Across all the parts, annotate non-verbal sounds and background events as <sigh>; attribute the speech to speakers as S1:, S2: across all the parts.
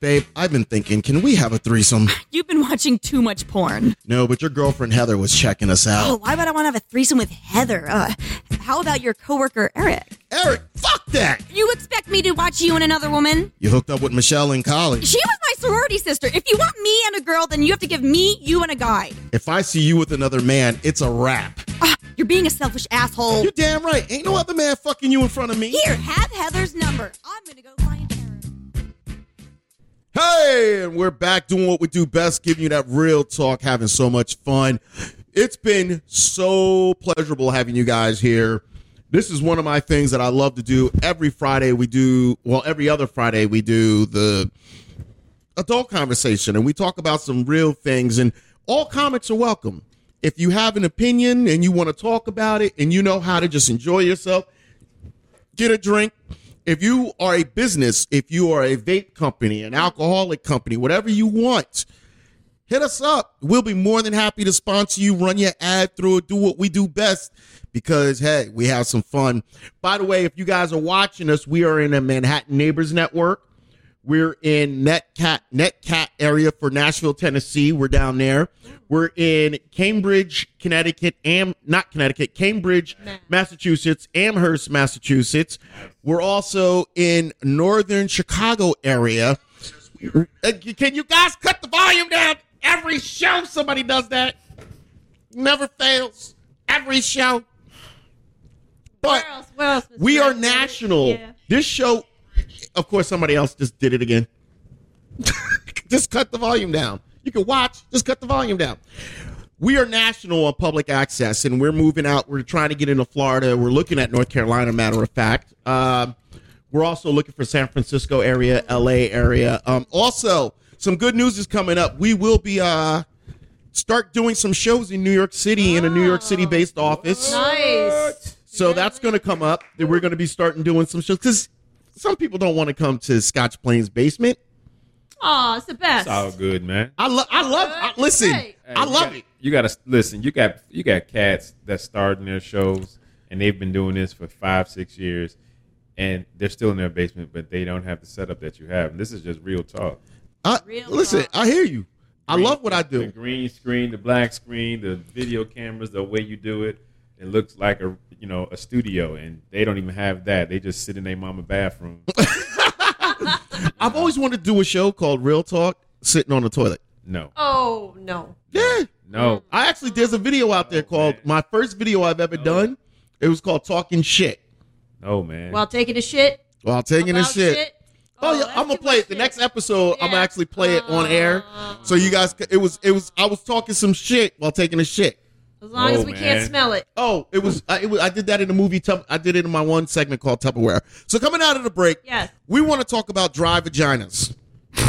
S1: Babe, I've been thinking, can we have a threesome?
S2: You've been watching too much porn.
S1: No, but your girlfriend Heather was checking us
S2: Oh,
S1: out.
S2: why would I want to have a threesome with Heather? Uh, how about your coworker Eric?
S1: Eric, fuck that!
S2: You expect me to watch you and another woman?
S1: You hooked up with Michelle in college.
S2: She was my sorority sister. If you want me and a girl, then you have to give me you and a guy.
S1: If I see you with another man, it's a wrap.
S2: Ah, you're being a selfish asshole.
S1: You're damn right. Ain't no other man fucking you in front of me.
S2: Here, have Heather's number. I'm gonna go find Eric.
S1: Hey, and we're back doing what we do best, giving you that real talk, having so much fun. It's been so pleasurable having you guys here. This is one of my things that I love to do. Every Friday we do, well, every other Friday we do the adult conversation and we talk about some real things and all comics are welcome. If you have an opinion and you want to talk about it and you know how to just enjoy yourself, get a drink. If you are a business, if you are a vape company, an alcoholic company, whatever you want, hit us up. We'll be more than happy to sponsor you, run your ad through it, do what we do best because, hey, we have some fun. By the way, if you guys are watching us, we are in a Manhattan Neighbors Network. We're in Netcat Netcat area for Nashville, Tennessee. We're down there. We're in Cambridge, Connecticut, Am not Connecticut, Cambridge, Massachusetts, Amherst, Massachusetts. We're also in northern Chicago area. Uh, Can you guys cut the volume down? Every show somebody does that. Never fails. Every show. But
S3: Where else? Where else? Mr.
S1: we are
S3: President?
S1: national.
S3: Yeah.
S1: This show, of course, somebody else just did it again. <laughs> just cut the volume down. You can watch, just cut the volume down. We are national on public access, and we're moving out. We're trying to get into Florida. We're looking at North Carolina, matter of fact. Um, we're also looking for San Francisco area, LA area. Um, also, some good news is coming up. We will be uh, start doing some shows in New York City in a New York City based office.
S3: Nice.
S1: So that's going to come up. That we're going to be starting doing some shows because some people don't want to come to Scotch Plains basement.
S3: Aw, it's the best.
S4: It's all good, man.
S1: I love. I love. I, listen,
S3: Hey.
S1: I love it.
S4: You gotta listen. You got you got cats that starting their shows, and they've been doing this for five, six years, and they're still in their basement, but they don't have the setup that you have. this is just real talk.
S1: I,
S3: Real
S1: listen,
S3: talk.
S1: I hear you. I
S4: Green-
S1: love what I do.
S4: The green screen, the black screen, the video cameras, the way you do it. It looks like a you know a studio, and they don't even have that. They just sit in their
S1: <laughs>
S4: mama bathroom.
S1: I've always wanted to do a show called Real Talk, sitting on the toilet.
S4: No,
S1: <laughs>
S3: Oh no.
S1: Yeah,
S4: no.
S1: I actually there's a video out there called
S4: man.
S1: my first video I've ever done. It was called Talking Shit
S4: No, man.
S3: While taking a shit.
S1: while taking a
S3: about
S1: shit. Oh, yeah,
S3: that's
S1: I'm gonna
S3: too
S1: play
S3: much
S1: it. The
S3: shit.
S1: next episode, I'm
S3: Yeah. Uh-huh.
S1: gonna actually play it on air, so you guys. c- It was. It was. I was talking some shit while taking a shit.
S3: As long
S4: Oh,
S3: as we can't
S4: man.
S3: smell it.
S1: Oh, it was, I, it was. I did that in the movie. Tup- I did it in my one segment called Tupperware. So coming out of the break,
S3: Yes.
S1: we want to talk about dry vaginas.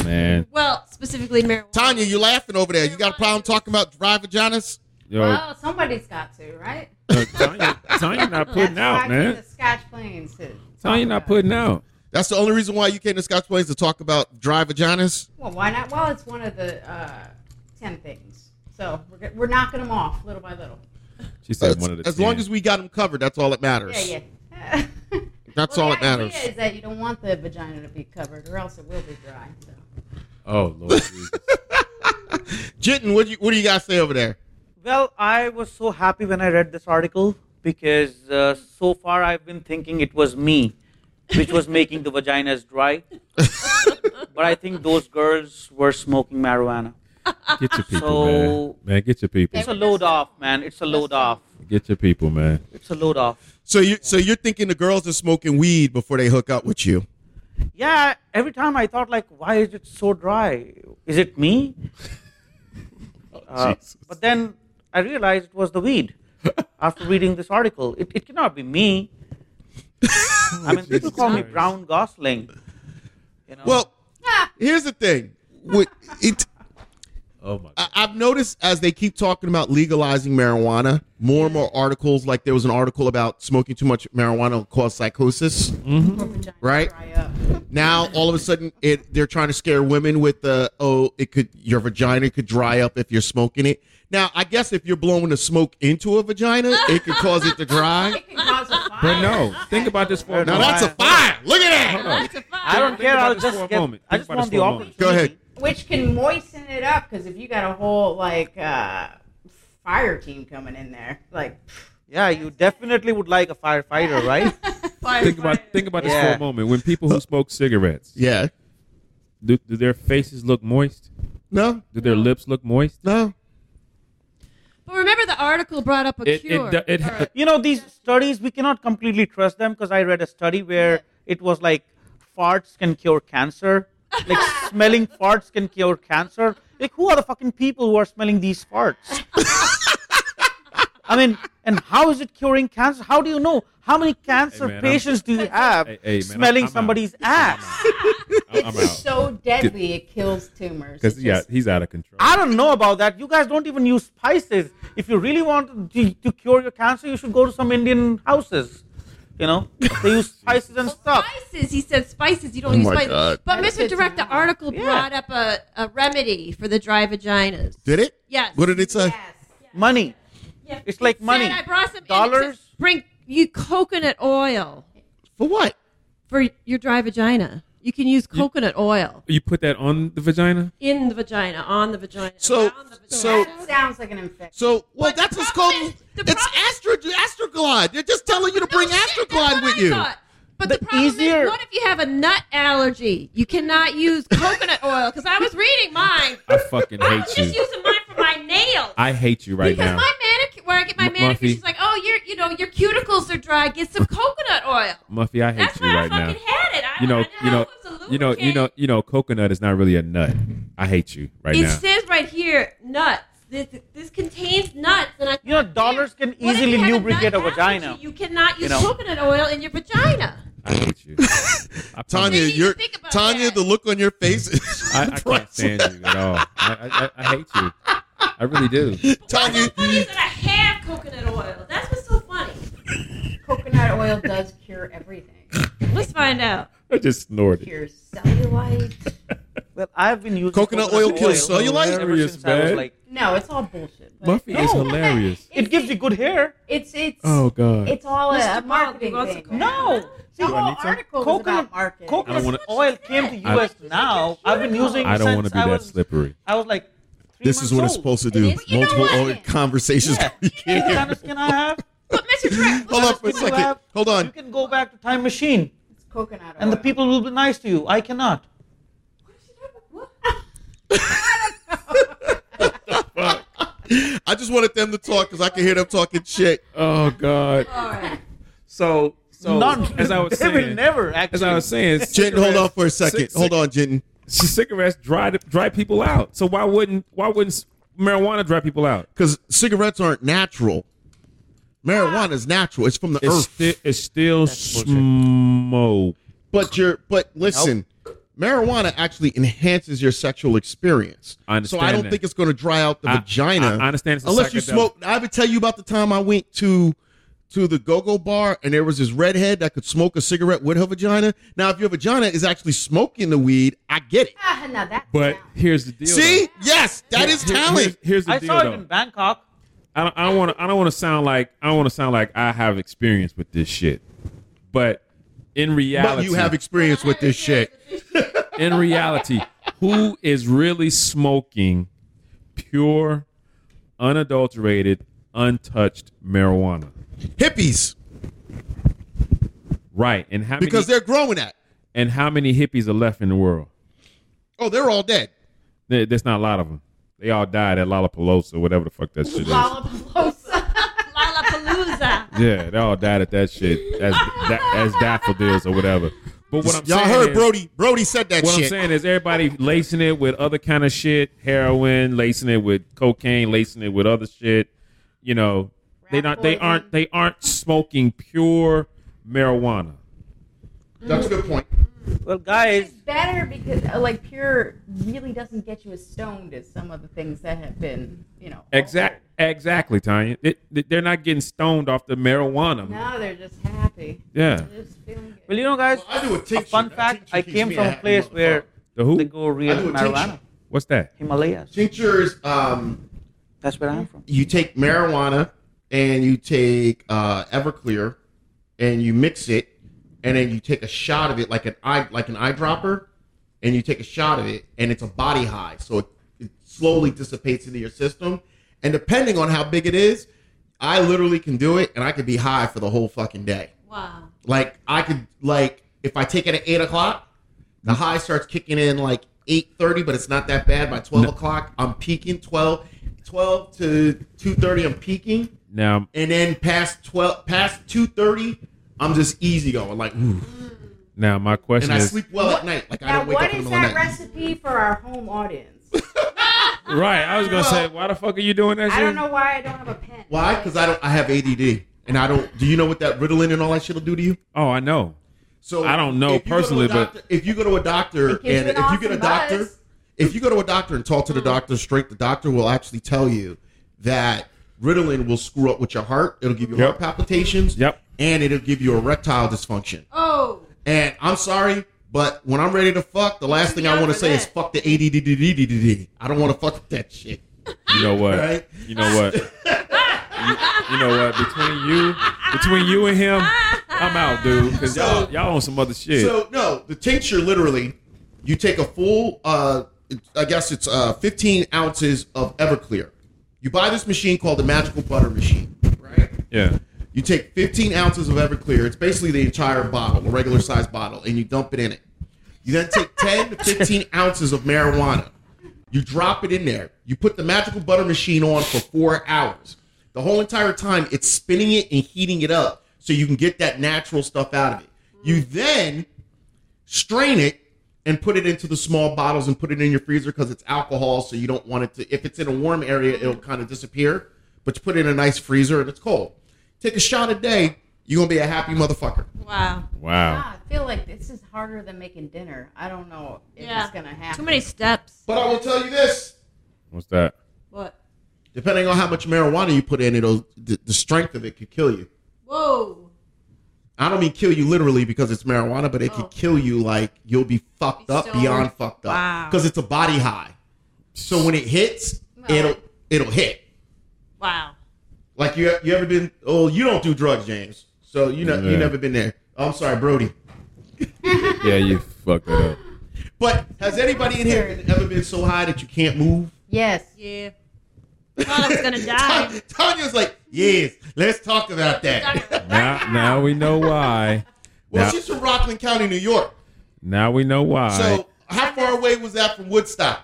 S4: man.
S3: Well, specifically marijuana.
S1: Tanya, you laughing over there? You got a problem talking about dry vaginas?
S4: Yo,
S5: Well, somebody's got to, right?
S4: uh, Tanya,
S1: <laughs>
S4: Tanya not putting out, man.
S5: The Scotch planes. to-
S4: Tanya not putting out.
S1: That's the only reason why you came to Scotch Plains to talk about dry vaginas.
S5: Well, why not? Well, it's one of the uh, ten things. So we're, go- we're knocking them off little by little.
S4: She said
S1: As-
S4: one of the
S1: as long
S4: 10.
S1: as we got them covered, that's all that matters.
S5: Yeah, yeah. <laughs>
S1: That's
S5: well,
S1: all
S5: the
S1: that matters.
S5: idea Is that you don't want the vagina to be covered, or else it will be dry. So.
S4: Oh Lord, Jesus.
S1: Jitten, what do you what do you guys say over there?
S6: Well, I was so happy when I read this article because uh, so far I've been thinking it was me which was making the vaginas dry. but I think those girls were smoking marijuana.
S4: get your people,
S6: So-
S4: man. Man, get your people.
S6: It's a load off, man. It's a load off.
S4: Get your people, man.
S6: It's a load off.
S1: So you so you're thinking the girls are smoking weed before they hook up with
S5: <laughs>
S1: you?
S6: Yeah, every time I thought like, why is it so dry? Is it me? Uh, but then I realized it was the weed. After reading this article, it, it cannot be me. I mean, people call me Brown Gosling. You know?
S5: Ah.
S1: Well, here's the thing. What- it-
S4: Oh my
S1: I- I've noticed as they keep talking about legalizing marijuana, more and more articles. Like there was an article about smoking too much marijuana will cause psychosis. Right
S5: Dry up.
S1: now, all of a sudden, it they're trying to scare women with the oh, it could your vagina could dry up if you're smoking it. Now, I guess if you're blowing the smoke into a vagina, it could cause it to dry.
S5: <laughs> It can cause a fire.
S4: But no, think about this for a
S1: Now
S4: moment.
S1: that's a fire. Look at that.
S6: I don't
S4: Think
S6: care.
S4: about
S6: I'll
S4: this for
S6: just
S4: a
S6: get.
S4: moment.
S6: I
S4: Think
S6: just
S4: about this
S6: want the
S4: for a moment.
S6: opportunity.
S1: Go ahead.
S5: Which can moisten it up because if you got a whole like uh, fire team coming in there, like
S6: Yeah, you definitely would like a firefighter,
S4: <laughs>
S6: right?
S4: Think about think about this for
S6: Yeah.
S4: a moment. When people
S1: Uh,
S4: who smoke cigarettes,
S1: Yeah.
S4: do, do their faces look moist?
S1: No.
S4: Do their lips look moist?
S1: No.
S3: But remember, the article brought up a
S4: It- it
S3: cure.
S4: do- it-
S3: Or-
S6: you know, these studies we cannot completely trust them because I read a study where it was like farts can cure cancer. Like
S4: <laughs>
S6: smelling farts can cure cancer. Like who are the fucking people who are smelling these farts? <laughs> I mean, and how is it curing cancer? How do you know? How many cancer
S4: man, I'm-
S6: patients do you have
S4: Hey, hey, man, I'm-
S6: smelling
S4: I'm out.
S6: somebody's ass?
S4: <laughs> I'm, I'm
S5: <laughs> it's
S4: out
S5: so deadly it kills tumors.
S4: because
S5: It's
S4: yeah,
S5: just-
S4: he's out of control.
S6: I don't know about that. You guys don't even use spices. If you really want to, to cure your cancer, you should go to some Indian houses. You know, they use
S3: <laughs>
S6: spices and stuff.
S3: Spices, he said spices. You don't
S1: Oh
S3: use
S1: my
S3: spices.
S1: God.
S3: But
S5: That's
S3: Mr.
S5: good
S3: Direct, the
S5: to know.
S3: article
S6: Yeah.
S3: brought up a, a remedy for the dry vaginas.
S1: Did it?
S3: Yes.
S1: What did it say?
S5: Yes.
S6: Money. It's like money.
S3: Said, I brought some in. It
S6: Dollars?
S3: says, Bring you coconut oil
S1: For what?
S3: for your dry vagina. You can use coconut oil
S4: You put that on the vagina.
S3: in the vagina, on the vagina.
S1: So-
S3: around the vagina.
S1: so-
S5: That sounds like an infection.
S1: So, well,
S3: But
S1: that's
S3: the
S1: what's
S3: problem
S1: called.
S3: is- the
S1: It's Astro Astroglide. They're just telling you to bring
S3: No shit, that's
S1: Astroglide
S3: what
S1: with
S3: I
S1: you.
S3: thought. But
S6: The
S3: the, problem
S6: easier-
S3: is, what if you have a nut allergy? You
S4: <laughs>
S3: cannot use coconut oil because I was reading mine.
S4: I fucking
S3: I
S4: hate
S3: <laughs> was just
S4: you.
S3: using mine for my nails.
S4: I hate you right
S3: because
S4: now.
S3: my manicure, where I get my
S4: M-
S3: manicure,
S4: Muffy.
S3: she's like, "Oh, your, you know, your cuticles are dry. Get some coconut oil."
S4: Muffy, I hate
S3: That's
S4: you
S3: why
S4: right
S3: I
S4: now.
S3: fucking had it. I,
S4: You know,
S3: I
S4: you know,
S3: it was a
S4: you know, you
S3: lubricant.
S4: know, you know. Coconut is not really a nut. I hate you right
S3: It
S4: now.
S3: says right here, nuts. This, this contains nuts, and I.
S6: You know, dollars can
S3: What if you
S6: easily
S3: have a
S6: lubricate a
S3: nut allergy?
S6: vagina.
S3: You cannot use
S6: know?
S3: coconut oil in your vagina.
S4: I hate you. <laughs> I
S1: Tanya,
S4: promise.
S3: need to
S1: you're
S3: think about
S1: Tanya.
S3: that.
S1: The look on your face. is
S4: <laughs> I, I can't stand you at all. I, I, I, I hate you. I really do.
S1: Tanya,
S3: What's so funny is that I have coconut oil. That's what's so funny.
S5: Coconut oil does cure everything.
S3: Let's find out.
S4: <laughs> I just snorted.
S5: Cures cellulite.
S6: Well, I've been using
S1: Coconut oil kills cellulite?
S6: ever since I was
S4: Hilarious,
S6: like,
S5: No, it's all bullshit. but-
S4: Muffy is
S6: No.
S4: hilarious.
S6: it gives you good hair.
S5: It's it's
S4: Oh God.
S5: it's all a, a
S3: Mr. Baldwin
S5: marketing
S3: wants
S5: thing.
S3: to
S5: man.
S6: No,
S5: the
S4: I
S5: whole
S4: need some?
S5: article is
S6: coconut
S5: about marketing.
S4: I don't
S6: coconut
S4: wanna-
S6: oil came to
S4: I-
S6: U.S. now. I've been using.
S4: I don't
S6: since
S4: want to be
S6: I
S4: that
S6: was-
S4: slippery.
S6: I was like, three
S1: this is what it's
S6: months old.
S1: supposed to do.
S3: It is- you know
S1: Multiple
S3: what?
S1: old conversations.
S6: Yeah.
S1: <laughs> You can't
S6: What
S1: hear.
S6: kind of skin I have?
S3: But Mr. Trent,
S1: Hold on for a
S6: People
S1: second.
S6: have-
S1: Hold on.
S6: You can go back to time machine,
S5: It's coconut oil.
S6: and the people will be nice to you. I cannot.
S1: I just wanted them to talk because I can hear them talking shit.
S4: Oh God. So so
S6: Not
S4: as
S1: <laughs>
S4: I was
S6: they will
S4: saying,
S6: never
S4: as
S6: actually.
S4: I was saying,
S1: Jin, hold on for a
S4: <laughs> cigarettes-
S1: second.
S4: cig-
S1: Hold on, Jin.
S4: c- <laughs> cigarettes dry dry people out. So why wouldn't why wouldn't marijuana dry people out?
S1: Because cigarettes aren't natural. Marijuana is natural. It's from the
S4: It's,
S1: earth.
S4: sti- it's still smoke.
S1: But you're but listen, marijuana actually enhances your sexual experience.
S4: I understand
S1: so I don't
S4: that.
S1: think it's going to dry out the
S4: I-
S1: vagina.
S4: I- I understand it's a
S1: unless you
S4: psychedelic.
S1: smoke. I would tell you about the time I went to to the go-go bar and there was this redhead that could smoke a cigarette with her vagina. Now, if your vagina is actually smoking the weed, I get it.
S5: Ah, now that's
S4: But
S5: sound.
S4: here's the deal.
S1: See, yes, that is
S4: Here-
S1: talent.
S4: Here's, here's the
S6: I
S4: deal,
S6: saw it
S4: though.
S6: in Bangkok.
S4: I don't, I don't want to. I don't want to sound like I don't want to sound like I have experience with this shit. But in reality,
S1: But you have experience with this shit.
S4: in reality, who is really smoking pure, unadulterated, untouched marijuana?
S1: Hippies,
S4: Right. And how
S1: because
S4: many?
S1: they're growing that.
S4: And how many hippies are left in the world?
S1: Oh, they're all dead.
S4: There- There's not a lot of them. They all died at Lollapalooza, whatever the fuck that shit is.
S5: Lollapalooza. <laughs>
S3: Lollapalooza.
S4: Yeah, they all died at that shit as that, as daffodils or whatever. But what I'm
S1: Y'all
S4: saying
S1: heard
S4: is-
S1: Brody. Brody said that
S4: What
S1: shit.
S4: I'm saying is everybody lacing it with other kind of shit, heroin, lacing it with cocaine, lacing it with other shit. You know, they
S5: Rat
S4: not they
S5: poison.
S4: aren't they aren't smoking pure marijuana.
S1: That's a good point.
S6: Well, guys,
S5: It's better because uh, like pure really doesn't get you as stoned as some of the things that have been, you know.
S4: Exact, exactly, Tanya. They, they're not getting stoned off the marijuana.
S5: No, they're just happy.
S4: Yeah.
S5: They're just feeling good.
S6: well, you know, guys,
S1: Well, I do a tincture.
S6: a fun
S1: A
S6: fact:
S1: tincture
S6: I
S1: keeps
S6: came
S1: me
S6: from
S1: a
S6: a
S1: happy
S6: place where
S4: The who?
S6: they go real
S1: I do a
S6: marijuana,
S1: tincture.
S4: What's that?
S6: Himalayas.
S1: Tinctures. Um,
S6: That's where I'm from.
S1: you take marijuana and you take uh, Everclear and you mix it, and then you take a shot of it like an eye like an eyedropper, and you take a shot of it, and it's a body high, so it, it slowly dissipates into your system, and depending on how big it is, I literally can do it, and I could be high for the whole fucking day.
S3: Wow.
S1: Like I could like if I take it at eight o'clock, the high starts kicking in like eight thirty, but it's not that bad. By twelve o'clock, I'm peaking 12, 12 to two thirty. I'm peaking,
S4: Now,
S1: and then past twelve, past two thirty, I'm just easy going. Like, ooh.
S4: now my question
S1: and I
S4: is
S1: sleep well at night. Like I
S5: Now,
S1: don't wake
S5: what
S1: up in
S5: is
S1: the middle of
S5: that
S1: the night.
S5: recipe for our home audience?
S4: right. I was gonna
S1: Well-
S4: say, why the fuck are you doing that?
S5: I
S4: shit?
S5: don't know why I don't have a pen.
S1: Why? Because I don't. I have ADD, and I don't. Do you know what that Ritalin and all that shit will do to you?
S4: Oh, I know.
S1: So
S4: I don't
S1: if
S4: know
S1: you go to a
S4: personally, but-
S1: doctor, if you go to a doctor
S5: It gives
S1: and
S5: you
S1: if
S5: an
S1: you get a
S5: awesome
S1: doctor,
S5: buzz.
S1: if you go to a doctor and talk to the doctor straight, the doctor will actually tell you that Ritalin will screw up with your heart. It'll give you heart
S4: Yep.
S1: palpitations.
S4: Yep.
S1: And it'll give you erectile dysfunction.
S3: Oh.
S1: And I'm sorry, but when I'm ready to fuck, the last thing I
S5: young
S1: want to
S5: for
S1: say is
S5: that.
S1: fuck the ADDDDDD. I don't want to fuck that shit.
S4: You know
S5: <laughs>
S4: what?
S1: Right?
S4: You know what? you, you know what? Between you, between you and him, I'm out, dude. Because y'all, y'all on some other shit.
S1: So no, the tincture literally, you take a full, uh, I guess it's uh, 15 ounces of Everclear. You buy this machine called the Magical Butter Machine, right?
S4: yeah.
S1: You take 15 ounces of Everclear. It's basically the entire bottle, a regular size bottle, and you dump it in it. You then take 10 to 15 ounces of marijuana. You drop it in there. You put the magical butter machine on for four hours. The whole entire time, it's spinning it and heating it up so you can get that natural stuff out of it. You then strain it and put it into the small bottles and put it in your freezer because it's alcohol. So you don't want it to, if it's in a warm area, it'll kind of disappear. But you put it in a nice freezer and it's cold. Take a shot a day, you're going to be a happy motherfucker.
S3: Wow.
S4: Wow.
S5: Ah, I feel like this is harder than making dinner. I don't know if
S3: Yeah.
S5: it's gonna happen.
S3: Too many steps.
S1: But I will tell you this
S4: What's that?
S3: What?
S1: depending on how much marijuana you put in, it'll, the, the strength of it could kill you.
S3: Whoa.
S1: I don't mean kill you literally because it's marijuana, but it could kill you like you'll be fucked
S3: Oh. Be
S1: up
S3: stoned.
S1: beyond fucked up
S3: Wow.
S1: because it's a body high. So when it hits, it'll it'll hit.
S3: Wow.
S1: Like you you ever been? Oh, you don't do drugs, James. So you know
S4: Yeah.
S1: you never been there. Oh, I'm sorry, Brody.
S4: Yeah, you fucked it up.
S1: But has anybody in here ever been so high that you can't move?
S5: Yes.
S3: Yeah. Thought I
S1: <laughs>
S3: was gonna die.
S1: Tanya- Tanya's like, yes, let's talk about that.
S4: Now, now we know why.
S1: well,
S4: Now-
S1: she's from Rockland County, New York.
S4: Now we know why.
S1: So how far away was that from Woodstock?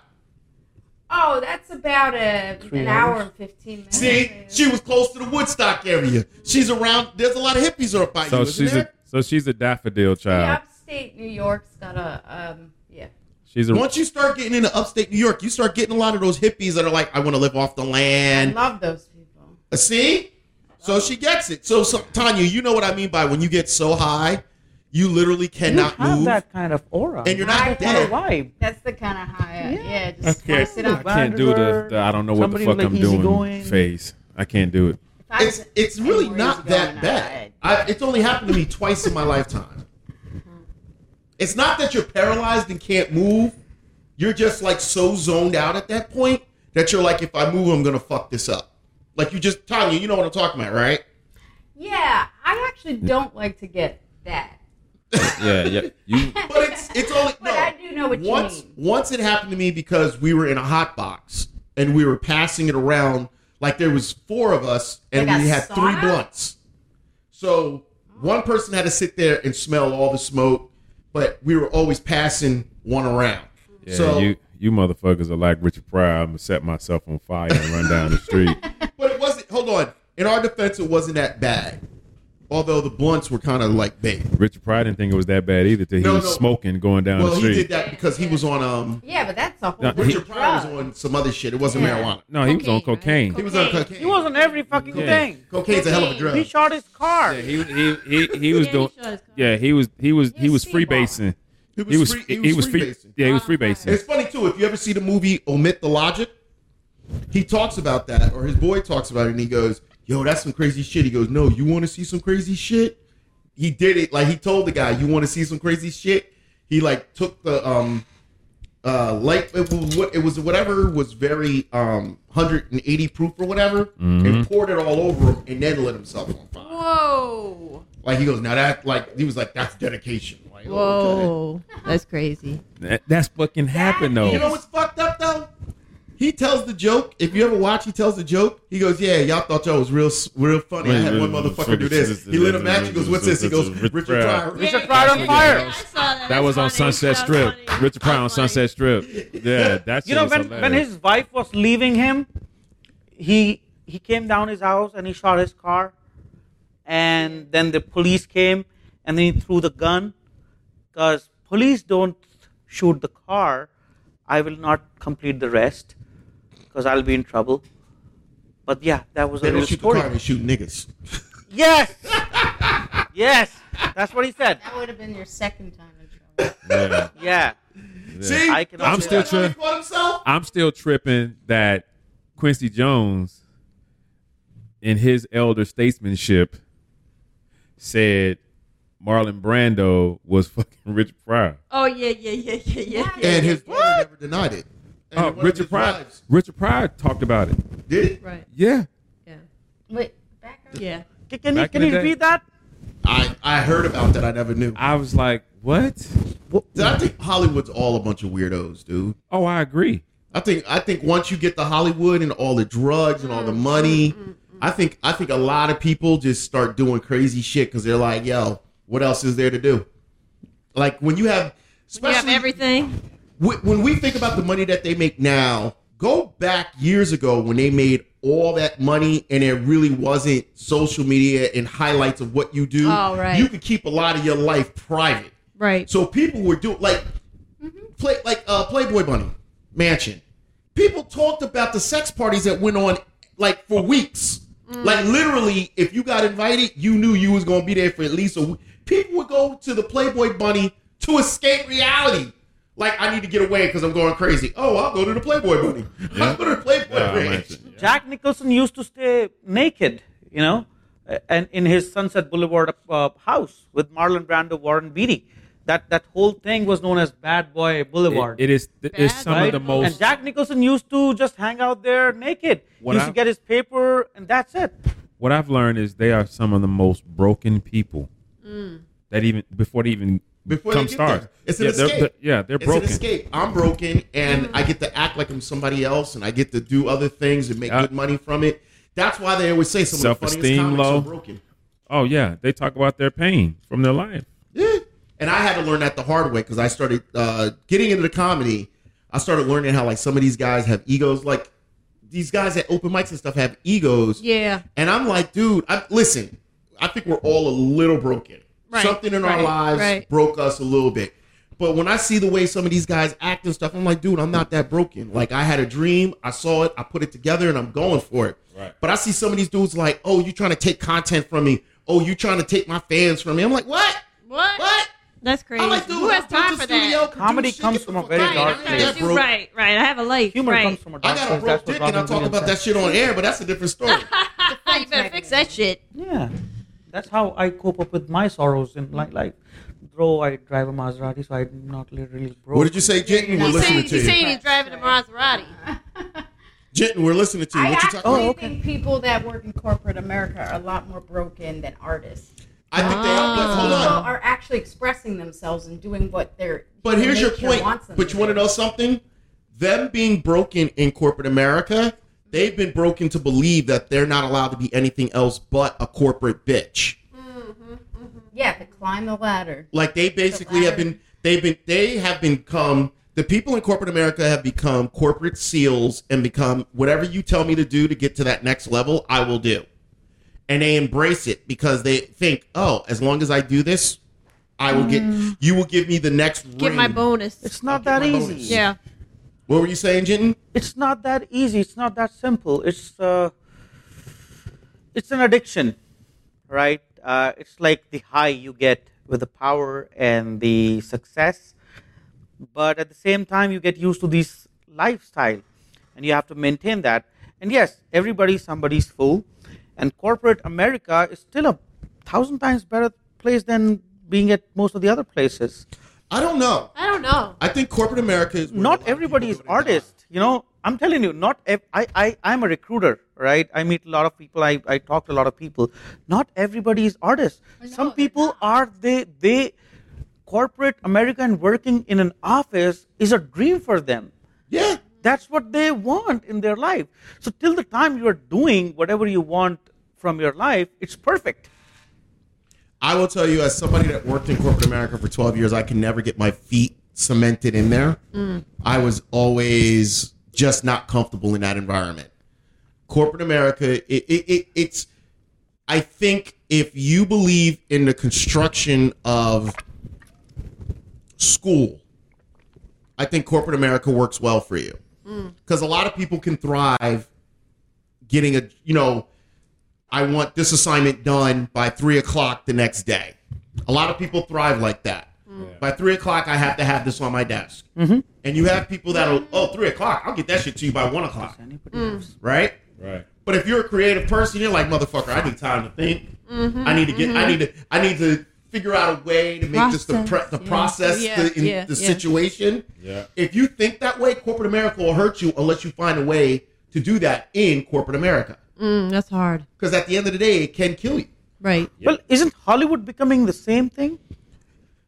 S5: Oh, that's about a,
S6: Three
S5: an hour
S6: hours.
S5: and fifteen minutes.
S1: See, she was close to the Woodstock area. She's around. There's a lot of hippies up by
S4: so
S1: you, isn't
S4: she's a
S1: there?
S4: so she's a daffodil
S5: The
S1: Uh,
S4: child.
S5: upstate New York's got a um yeah.
S4: She's a
S1: Once you start getting into upstate New York, you start getting a lot of those hippies that are like, "I want to live off the land."
S5: I love those people.
S1: See? So she gets it. So, so Tanya, you know what I mean by when you get so high, you literally
S6: You
S1: cannot
S6: have
S1: move,
S6: that kind of aura.
S1: and you're
S5: I
S1: not
S5: don't
S1: dead.
S6: vibe.
S5: That's the kind of high. Yeah,
S6: Yeah.
S5: yeah just
S4: Okay.
S5: wanna sit on.
S4: I can't do the, the I don't know what the
S6: Somebody
S4: fuck
S6: like
S4: I'm doing
S6: easygoing.
S4: face. I can't do it.
S5: If I
S1: It's
S5: was-
S1: it's
S5: I'm
S1: really
S5: where
S1: not
S5: he's going,
S1: that bad.
S5: I-
S1: I, it's only happened to me twice in my lifetime. It's not that you're paralyzed and can't move. You're just like so zoned out at that point that you're like, if I move, I'm gonna fuck this up. Like you just Tanya, you know what I'm talking about, right?
S5: yeah, I actually don't like to get that.
S4: Yeah, yeah. You
S1: But it's it's only no.
S5: But I do know what you
S1: once
S5: mean.
S1: once it happened to me because we were in a hot box and we were passing it around like there was four of us and
S5: Like a
S1: we had three
S5: sauna?
S1: blunts. So one person had to sit there and smell all the smoke, but we were always passing one around.
S4: yeah,
S1: so
S4: you you motherfuckers are like Richard Pryor. I'm gonna set myself on fire and run down the street.
S1: but it wasn't hold on. In our defense it wasn't that bad. Although the blunts were kind of like big.
S4: Richard Pryor didn't think it was that bad either till he
S1: No,
S4: was
S1: no.
S4: smoking going down
S1: Well,
S4: the
S1: he
S4: street.
S1: did that because he was on um
S5: Yeah, but that's a whole
S4: No,
S5: different
S1: Richard Pryor was
S5: drug.
S1: on some other shit. It wasn't marijuana.
S4: No, he was on cocaine.
S3: Cocaine,
S1: He was on cocaine.
S6: He was on every fucking
S4: Yeah.
S6: thing.
S1: Cocaine's a hell of a
S5: Cocaine.
S1: drug.
S6: He shot his car.
S4: Yeah, he he he, he was doing. Yeah, he was he was he
S3: Yeah,
S4: was
S3: Steve Ballmer.
S4: freebasing.
S1: He
S4: He was
S1: free-
S4: he, was free.
S1: freebasing.
S4: yeah, he was freebasing.
S1: It's funny too. If you ever see the movie Omit the Logic, he talks about that, or his boy talks about it, and he goes, "Yo, that's some crazy shit." He goes, "No, you want to see some crazy shit?" He did it like he told the guy, "You want to see some crazy shit?" He like took the um uh light. It was, what- it was whatever was very um 180 proof or whatever,
S4: Mm-hmm.
S1: and poured it all over him, and then lit himself on fire.
S3: Whoa.
S1: Like he goes, "Now that like he was like that's dedication." Like, oh, okay.
S3: Whoa. <laughs> That's crazy.
S4: That- that's fucking happened though.
S1: You know what's fucked up though? He tells the joke. If you ever watch, he tells the joke. He goes, "Yeah, y'all thought y'all was real, real funny. I had one motherfucker do this. He lit a match. He goes, "What's this?" He goes, "Richard Pryor."
S6: Richard Pryor on fire.
S3: I saw that.
S4: that was on
S3: That's funny.
S4: Sunset
S3: That was
S4: Strip.
S3: funny.
S4: Richard Pryor on
S3: That's funny.
S4: Sunset Strip. Yeah, <laughs> that's
S6: you know when, when his wife was leaving him he he came down his house and he shot his car and then the police came and then he threw the gun because police don't shoot the car i will not complete the rest because i'll be in trouble but yeah that was
S1: They
S6: a real
S1: don't shoot the car.
S6: story
S1: They shoot niggas.
S6: yes yes <laughs> that's what he said
S5: That would have been your second time in trouble.
S4: Yeah, yeah.
S6: yeah
S1: See,
S6: I can-
S1: Don't
S6: I'm
S1: you
S4: still
S1: see how he
S4: trying-
S1: caught himself?
S4: I'm still tripping that Quincy Jones, in his elder statesmanship, said Marlon Brando was <laughs> fucking Richard Pryor.
S3: Oh yeah, yeah, yeah, yeah, yeah. yeah.
S1: And his brother never denied it. And one
S4: Oh,
S1: of his
S4: Richard Pryor.
S1: wives
S4: Richard Pryor talked about it.
S1: Did it?
S3: Right.
S4: Yeah,
S3: Yeah.
S5: Wait, back up.
S3: Yeah.
S6: Can- can you
S4: Back in
S6: can
S4: the
S6: you
S4: day.
S6: repeat that
S1: I I heard about that. I never knew.
S4: I was like, what?
S1: Dude, I think Hollywood's all a bunch of weirdos, dude.
S4: Oh, I agree.
S1: I think I think once you get to Hollywood and all the drugs and all
S3: Mm,
S1: the money, I think I think a lot of people just start doing crazy shit because they're like, "Yo, what else is there to do?" Like when you have,
S3: You have
S1: especially
S3: everything.
S1: wh- when we think about the money that they make now, go back years ago when they made all that money and it really wasn't social media and highlights of what you do.
S3: Oh, right.
S1: You could keep a lot of your life private.
S3: Right.
S1: So people were doing like play like uh, Playboy Bunny Mansion. People talked about the sex parties that went on like for weeks. Like literally, if you got invited, you knew you was gonna be there for at least a week. People would go to the Playboy Bunny to escape reality. Like I need to get away because I'm going crazy. Oh, I'll go to the Playboy Bunny. <laughs> I'll go to the Playboy
S4: Yeah, I
S1: Ranch.
S4: mentioned, yeah.
S6: Jack Nicholson used to stay naked, you know, and in his Sunset Boulevard uh, house with Marlon Brando, Warren Beatty. That that whole thing was known as Bad Boy Boulevard.
S4: It- it is th- it's
S3: Bad
S4: some
S6: right?
S4: of the most
S6: and Jack Nicholson used to just hang out there naked.
S4: What
S6: he used
S4: I-
S6: to get his paper, and that's it.
S4: what I've learned is they are some of the most broken people
S6: Mm.
S4: that even before they even
S1: Before
S4: come
S1: they get
S4: start.
S1: there. It's an
S4: yeah, they're,
S1: escape.
S4: they're- yeah, they're
S1: it's
S4: broken.
S1: an escape. I'm broken, and I get to act like I'm somebody else, and I get to do other things and make
S4: Yeah.
S1: good money from it. That's why they always say some of the funniest
S4: Self-esteem
S1: comics
S4: low.
S1: are broken.
S4: Oh yeah, they talk about their pain from their life.
S1: Yeah. And I had to learn that the hard way because I started uh, getting into the comedy. I started learning how like some of these guys have egos, like these guys at open mics and stuff have egos.
S3: Yeah.
S1: And I'm like, dude, I, listen, I think we're all a little broken.
S3: Right,
S1: Something in our
S3: right,
S1: lives
S3: right.
S1: broke us a little bit. But when I see the way some of these guys act and stuff, I'm like, dude, I'm not that broken. Like, I had a dream, I saw it, I put it together, and I'm going for it.
S4: Right.
S1: But I see some of these dudes like, oh, you trying to take content from me. Oh, you trying to take my fans from me. I'm like, what?
S3: What?
S1: What?
S3: That's crazy.
S1: I'm like, dude,
S3: Who
S1: I
S3: has
S1: built
S3: time
S1: a
S3: for
S1: studio, can
S3: that?
S1: do
S6: Comedy
S1: shit,
S6: comes
S1: get the
S6: from a
S1: fuck
S6: very
S1: out of here.
S6: dark
S1: I'm not
S6: place.
S1: that broke.
S3: right, right. I have a life.
S6: Humor
S3: right.
S6: comes from a
S1: I
S6: dark
S1: got a
S6: place.
S1: broke
S6: That's
S1: dick
S6: what
S1: and I
S6: Robin
S1: talk
S6: Williams
S1: about
S6: said.
S1: that shit on air, but that's a different story.
S3: you better fix that shit.
S6: Yeah, that's how I cope up with my sorrows in li- life. Though I drive a Maserati, so I'm not literally broke.
S1: what did you say, Jenton? We're
S5: He's
S3: He's
S1: listening
S3: saying,
S1: to
S3: he's,
S1: you.
S3: saying he's driving a Maserati.
S1: Jenton, we're listening to you.
S5: I
S1: What you talking
S5: actually
S1: about?
S3: Oh,
S5: think people that work in corporate America are a lot more broken than artists.
S1: I think they are. But hold
S5: People
S1: on.
S5: are actually expressing themselves and doing what they're.
S1: But here's your
S5: nature
S1: point.
S5: wants them
S1: But you want to
S5: do.
S1: know something? Them being broken in corporate America, they've been broken to believe that they're not allowed to be anything else but a corporate bitch.
S5: Yeah, to climb the ladder.
S1: Like they basically have been they've been they have become the people in corporate America have become corporate seals and become whatever you tell me to do to get to that next level, I will do. And they embrace it because they think, oh, as long as I do this, I will get you will give me the next
S3: Get
S1: ring.
S3: my bonus.
S6: It's not
S1: I'll
S6: that
S1: get my
S6: easy.
S1: bonus.
S3: Yeah.
S1: What were you saying, Jinton?
S6: it's not that easy it's not that simple it's uh, it's an addiction right uh, it's like the high you get with the power and the success but at the same time you get used to this lifestyle and you have to maintain that and yes everybody's somebody's fool and corporate america is still a thousand times better place than being at most of the other places
S1: I don't know.
S3: I don't know.
S1: I think corporate America is where a lot of
S6: not
S1: people
S6: everybody
S1: go
S6: is
S1: to die.
S6: artist you know i'm telling you not ev- I, I i'm a recruiter right i meet a lot of people i, I talk to a lot of people not everybody is artist some people are they they corporate america and working in an office is a dream for them
S1: Yeah.
S6: that's what they want in their life so till the time you are doing whatever you want from your life it's perfect
S1: I will tell you, as somebody that worked in corporate America for 12 years, I can never get my feet cemented in there. I was always just not comfortable in that environment. Corporate America, it, it, it, it's, I think if you believe in the construction of school, I think corporate America works well for you. Because a lot of people can thrive getting a, you know, I want this assignment done by three o'clock the next day. A lot of people thrive like that. By three o'clock, I have to have this on my desk. And you have people that'll, oh, three o'clock, I'll get that shit to you by one o'clock,
S6: anybody else
S1: right?
S4: Right.
S1: But if you're a creative person, you're like, motherfucker, I need time to think.
S3: Mm-hmm,
S1: I need to get, I need to, I need to figure out a way to make this the,
S3: Process,
S1: pre- the
S3: yeah.
S1: process,
S3: Yeah,
S1: the, in,
S3: yeah,
S1: the
S3: yeah.
S1: situation.
S4: Yeah.
S1: If you think that way, corporate America will hurt you unless you find a way to do that in corporate America.
S3: Mm, that's hard.
S1: Because at the end of the day, it can kill you.
S3: Right.
S6: well isn't hollywood becoming the same thing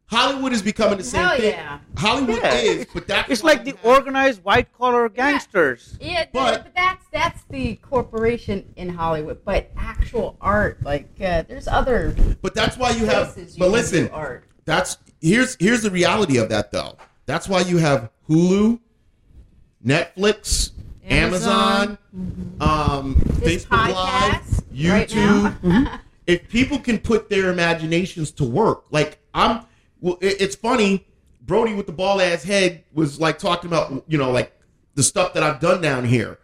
S1: Hollywood is becoming the same
S5: Hell
S1: thing.
S5: yeah.
S1: Hollywood
S6: Yeah.
S1: is, but that's
S6: it's
S1: why
S6: like the organized white collar gangsters
S5: Yeah,
S1: But-
S5: but, but that's that's the corporation in Hollywood. But actual art, like uh, there's other
S1: But that's why you have.
S5: places you
S1: But
S5: can
S1: listen,
S5: do art.
S1: that's here's here's the reality of that though. That's why you have Hulu, Netflix, Amazon,
S3: Amazon.
S1: um,
S5: Mm-hmm. This
S1: Facebook
S5: podcast
S1: Live,
S5: right
S1: YouTube.
S5: <laughs>
S1: if people can put their imaginations to work, like I'm, well, it- it's funny. Brody with the bald ass head was like talking about you know like the stuff that I've done down here.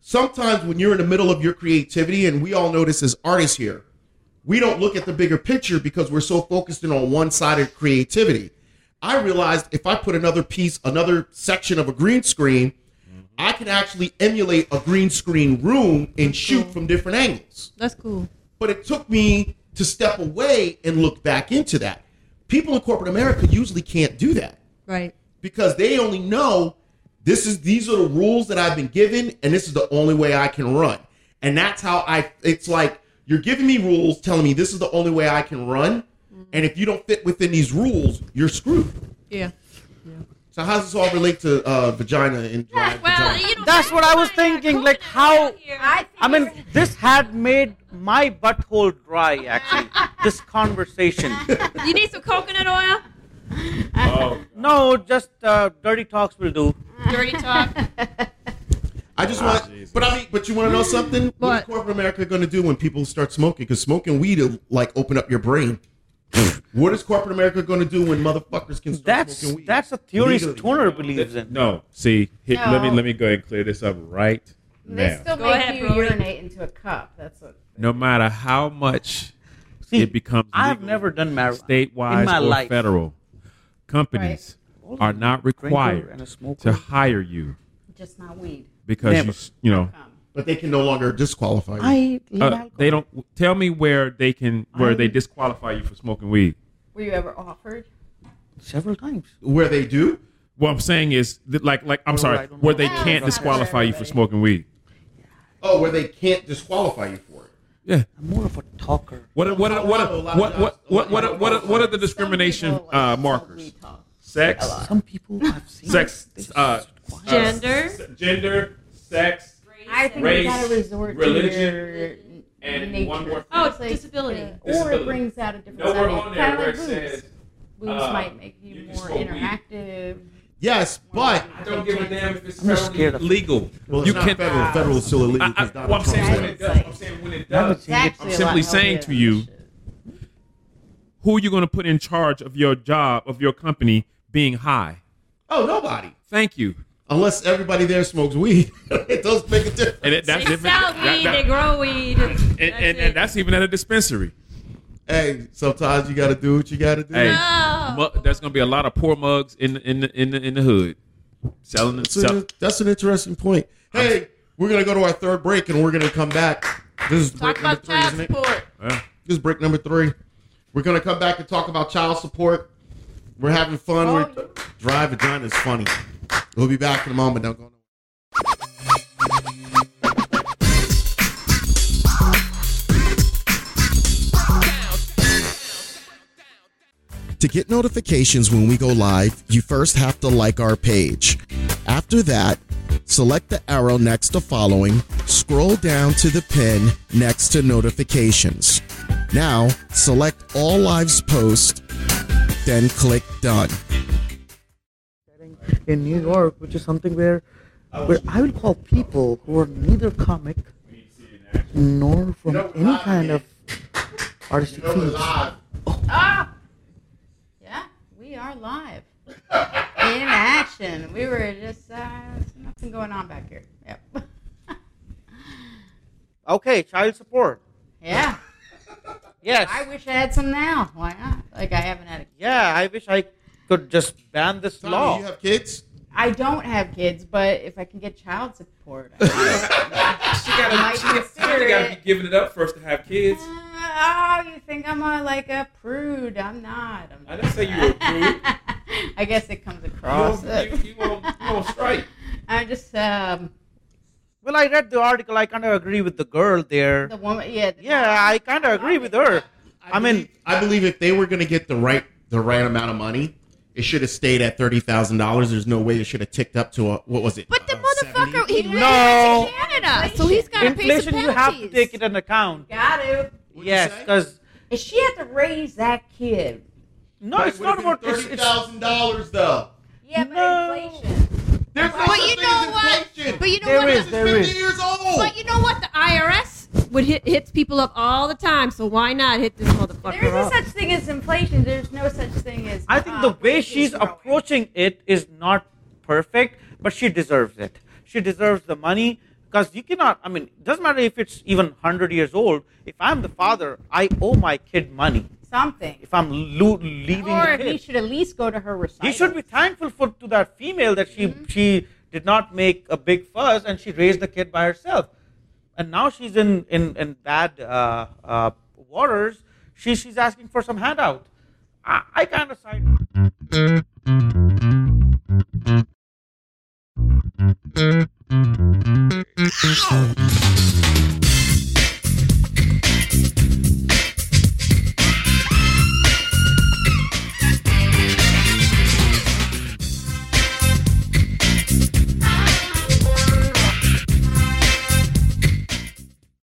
S1: Sometimes when you're in the middle of your creativity, and we all know this as artists here, we don't look at the bigger picture because we're so focused in on one side of creativity. I realized if I put another piece, another section of a green screen, I can actually emulate a green screen room and shoot from different angles
S3: That's cool.
S1: but it took me to step away and look back into that. People in corporate America usually can't do that
S3: Right.
S1: because they only know this is these are the rules that I've been given and this is the only way I can run. And that's how I it's like you're giving me rules telling me this is the only way I can run
S3: Mm-hmm.
S1: and if you don't fit within these rules, you're screwed.
S3: Yeah.
S1: So how does this all relate to uh, vagina and dry
S3: <laughs> Well,
S1: vagina?
S3: you know,
S6: That's what I was thinking, like, how-
S3: I,
S6: I mean, this had made my butthole dry, actually, this conversation.
S3: you need some coconut oil.
S4: Oh,
S6: No, just uh, dirty talks will do.
S3: <laughs> Dirty talk.
S1: I just want,
S4: Ah, Jesus.
S1: but I mean, but you want to know something? What, is
S3: What?
S1: corporate America going to do when people start smoking? Because smoking weed will like open up your brain. <laughs> what is corporate America going to do when motherfuckers can start
S6: That's
S1: smoking weed?
S6: that's a theory
S1: Legally.
S6: Stoner believes in.
S4: no. See, hit, let me
S5: No.
S4: let me go ahead and clear this up right
S5: <laughs> They
S4: now.
S5: still
S3: Go
S5: make
S3: ahead,
S5: you
S3: Brody.
S5: urinate into a cup. That's what.
S4: No matter how much
S6: See,
S4: it becomes,
S6: I've
S4: legal,
S6: never done marijuana.
S4: statewide
S6: in my
S4: or
S6: life.
S4: federal companies are not
S6: and a
S4: required
S6: smoker.
S4: to hire you
S5: Just not weed.
S4: because you
S6: Never.
S4: s- you know
S5: Um,
S1: But they can no longer disqualify you.
S6: I love
S4: uh,
S6: alcohol.
S4: they don't tell me where they can where
S6: I-
S4: they disqualify you for smoking weed.
S5: were you ever offered?
S6: several times.
S1: Where they do?
S4: What I'm saying is, that, like, like I'm
S6: Well,
S4: sorry,
S6: Oh, I don't know.
S4: where they
S5: Well,
S4: can't
S5: it's not for
S4: disqualify you for
S5: everybody.
S4: smoking weed.
S1: Oh, where they can't disqualify you for it.
S4: Yeah.
S6: I'm more of a talker.
S4: What what what
S1: A lot
S4: what
S1: of
S4: what
S1: jobs- a
S4: what what
S1: lot
S4: what
S1: of
S4: what,
S1: jobs
S4: what are
S1: like
S4: the discrimination
S5: Some people, like,
S4: uh,
S5: smoke
S4: markers?
S5: weed talk.
S4: Sex,
S5: A lot.
S6: Some people I've seen.
S4: sex,
S6: they just
S4: uh,
S6: sit quiet.
S3: Gender.
S4: s- gender, sex,
S5: I think
S4: Race,
S5: you gotta resort to your
S4: religion, and
S5: nature.
S4: one more thing.
S3: Oh, disability.
S5: uh, or
S4: Disability.
S5: it brings out a different
S4: nowhere
S5: side.
S4: on
S5: Kinda
S4: there where
S5: like
S4: it says
S5: boobs. Boobs
S4: uh,
S5: might make you,
S4: you can
S5: more
S4: smoke weed.
S5: interactive.
S1: Yes, but
S4: I don't give a damn if it's
S6: I'm just
S4: federally
S6: scared of-
S4: legal.
S1: well, it's
S4: you
S1: not
S4: can.
S1: federal. Federal is still illegal
S4: I, I,
S1: because
S4: well,
S1: Donald
S4: I'm saying when
S1: Trump.
S4: it does. I'm saying when it does.
S6: It's actually
S4: I'm simply saying to you, Who are you going to put in charge of your job of your company being high?
S1: Oh, nobody.
S4: Thank you.
S1: Unless everybody there smokes weed, <laughs> it does make a difference.
S4: And it, that's
S3: they
S4: if it-
S3: sell
S4: that-
S3: weed.
S4: that-
S3: They grow weed.
S4: and, and,
S3: it.
S4: and that's even at a dispensary.
S1: hey, sometimes you got to do what you got to do.
S4: Hey,
S3: No.
S4: mu- there's gonna be a lot of poor mugs in in the, in the, in the hood selling the,
S1: That's, a,
S4: sell-
S1: that's an interesting point. Hey, we're gonna go to our third break, and we're gonna come back. This is
S3: Talk
S1: break number
S3: about
S1: three,
S3: child
S1: isn't it?
S3: support.
S4: Yeah.
S1: This is break number three. We're gonna come back and talk about child support. We're having fun.
S3: Oh,
S1: we're, Dry vagina is funny. We'll be back in a moment. Don't go nowhere. To get notifications when we go live, you first have to like our page. After that, select the arrow next to following, scroll down to the pin next to notifications. Now, select all lives post, then click done.
S6: in New York, which is something where,
S4: Oh,
S6: where I will call people who are neither comic nor from
S1: know,
S6: any
S1: live
S6: kind
S1: is-
S6: of artistic fields.
S1: Ah,
S3: Ah!
S5: Yeah, we are live. In action. We were just, uh, there's nothing going on back here. Yep. <laughs>
S6: Okay, child support.
S5: yeah.
S6: Yes.
S5: I wish I had some now. Why not? Like, I haven't had a
S6: yeah, I wish I could just ban this law.
S1: you have kids?
S5: I don't have kids, but if I can get child support, I
S4: She gotta,
S5: might
S4: she gotta-
S5: consider
S4: she gotta be
S5: it.
S4: giving it up first to have kids.
S5: Uh, oh, you think I'm a, like a prude? I'm not. I'm
S4: I didn't say you were a prude.
S5: <laughs> I guess it comes
S4: You
S5: across.
S4: on- you, you, on, you on strike.
S5: <laughs> I'm just um,
S6: Well, I read the article. I kind of agree with the girl there.
S5: the woman. Yeah. the-
S6: Yeah, I kind of agree with her. I mean,
S1: I believe if they were going to get the right the right amount of money, it should have stayed at thirty thousand dollars. There's no way it should have ticked up to a what was it?
S2: But
S1: uh,
S2: the motherfucker,
S1: 70?
S2: he
S6: No.
S2: went to Canada, so he's got to pay some
S6: inflation,
S2: penalties.
S6: you have to take it into account.
S5: Got to.
S1: What'd you
S6: Yes,
S1: say?
S6: because
S5: And she had to raise that kid.
S6: no,
S1: But it
S6: it's
S1: would've
S6: not about
S1: been
S6: it's,
S1: thirty
S6: it's
S1: thousand dollars though.
S5: Yeah, but
S6: No.
S5: inflation.
S1: There's no
S2: But
S1: such
S2: you
S1: thing
S2: know
S1: as
S2: what?
S1: inflation.
S2: But you know
S6: There
S2: what?
S6: is,
S1: It's
S6: there
S1: fifty
S6: is.
S1: years old.
S3: But you know what? The IRS would hit hits people up all the time. So why not hit this
S5: There is
S3: motherfucker
S5: no
S3: up?
S5: such thing as inflation. There's no such thing as.
S6: I think
S5: uh,
S6: the way
S5: wages
S6: she's
S5: growing.
S6: approaching it is not perfect, but she deserves it. She deserves the money because you cannot. I mean, it doesn't matter if it's even 100 years old. If I'm the father, I owe my kid money.
S5: something.
S6: If I'm lo- leaving
S5: Or
S6: the
S5: if he
S6: kid,
S5: should at least go to her recital.
S6: he should be thankful for to that female that she
S5: Mm-hmm.
S6: she did not make a big fuss and she raised the kid by herself, and now she's in in in bad uh, uh, waters. She she's asking for some handout. I, I kind of side.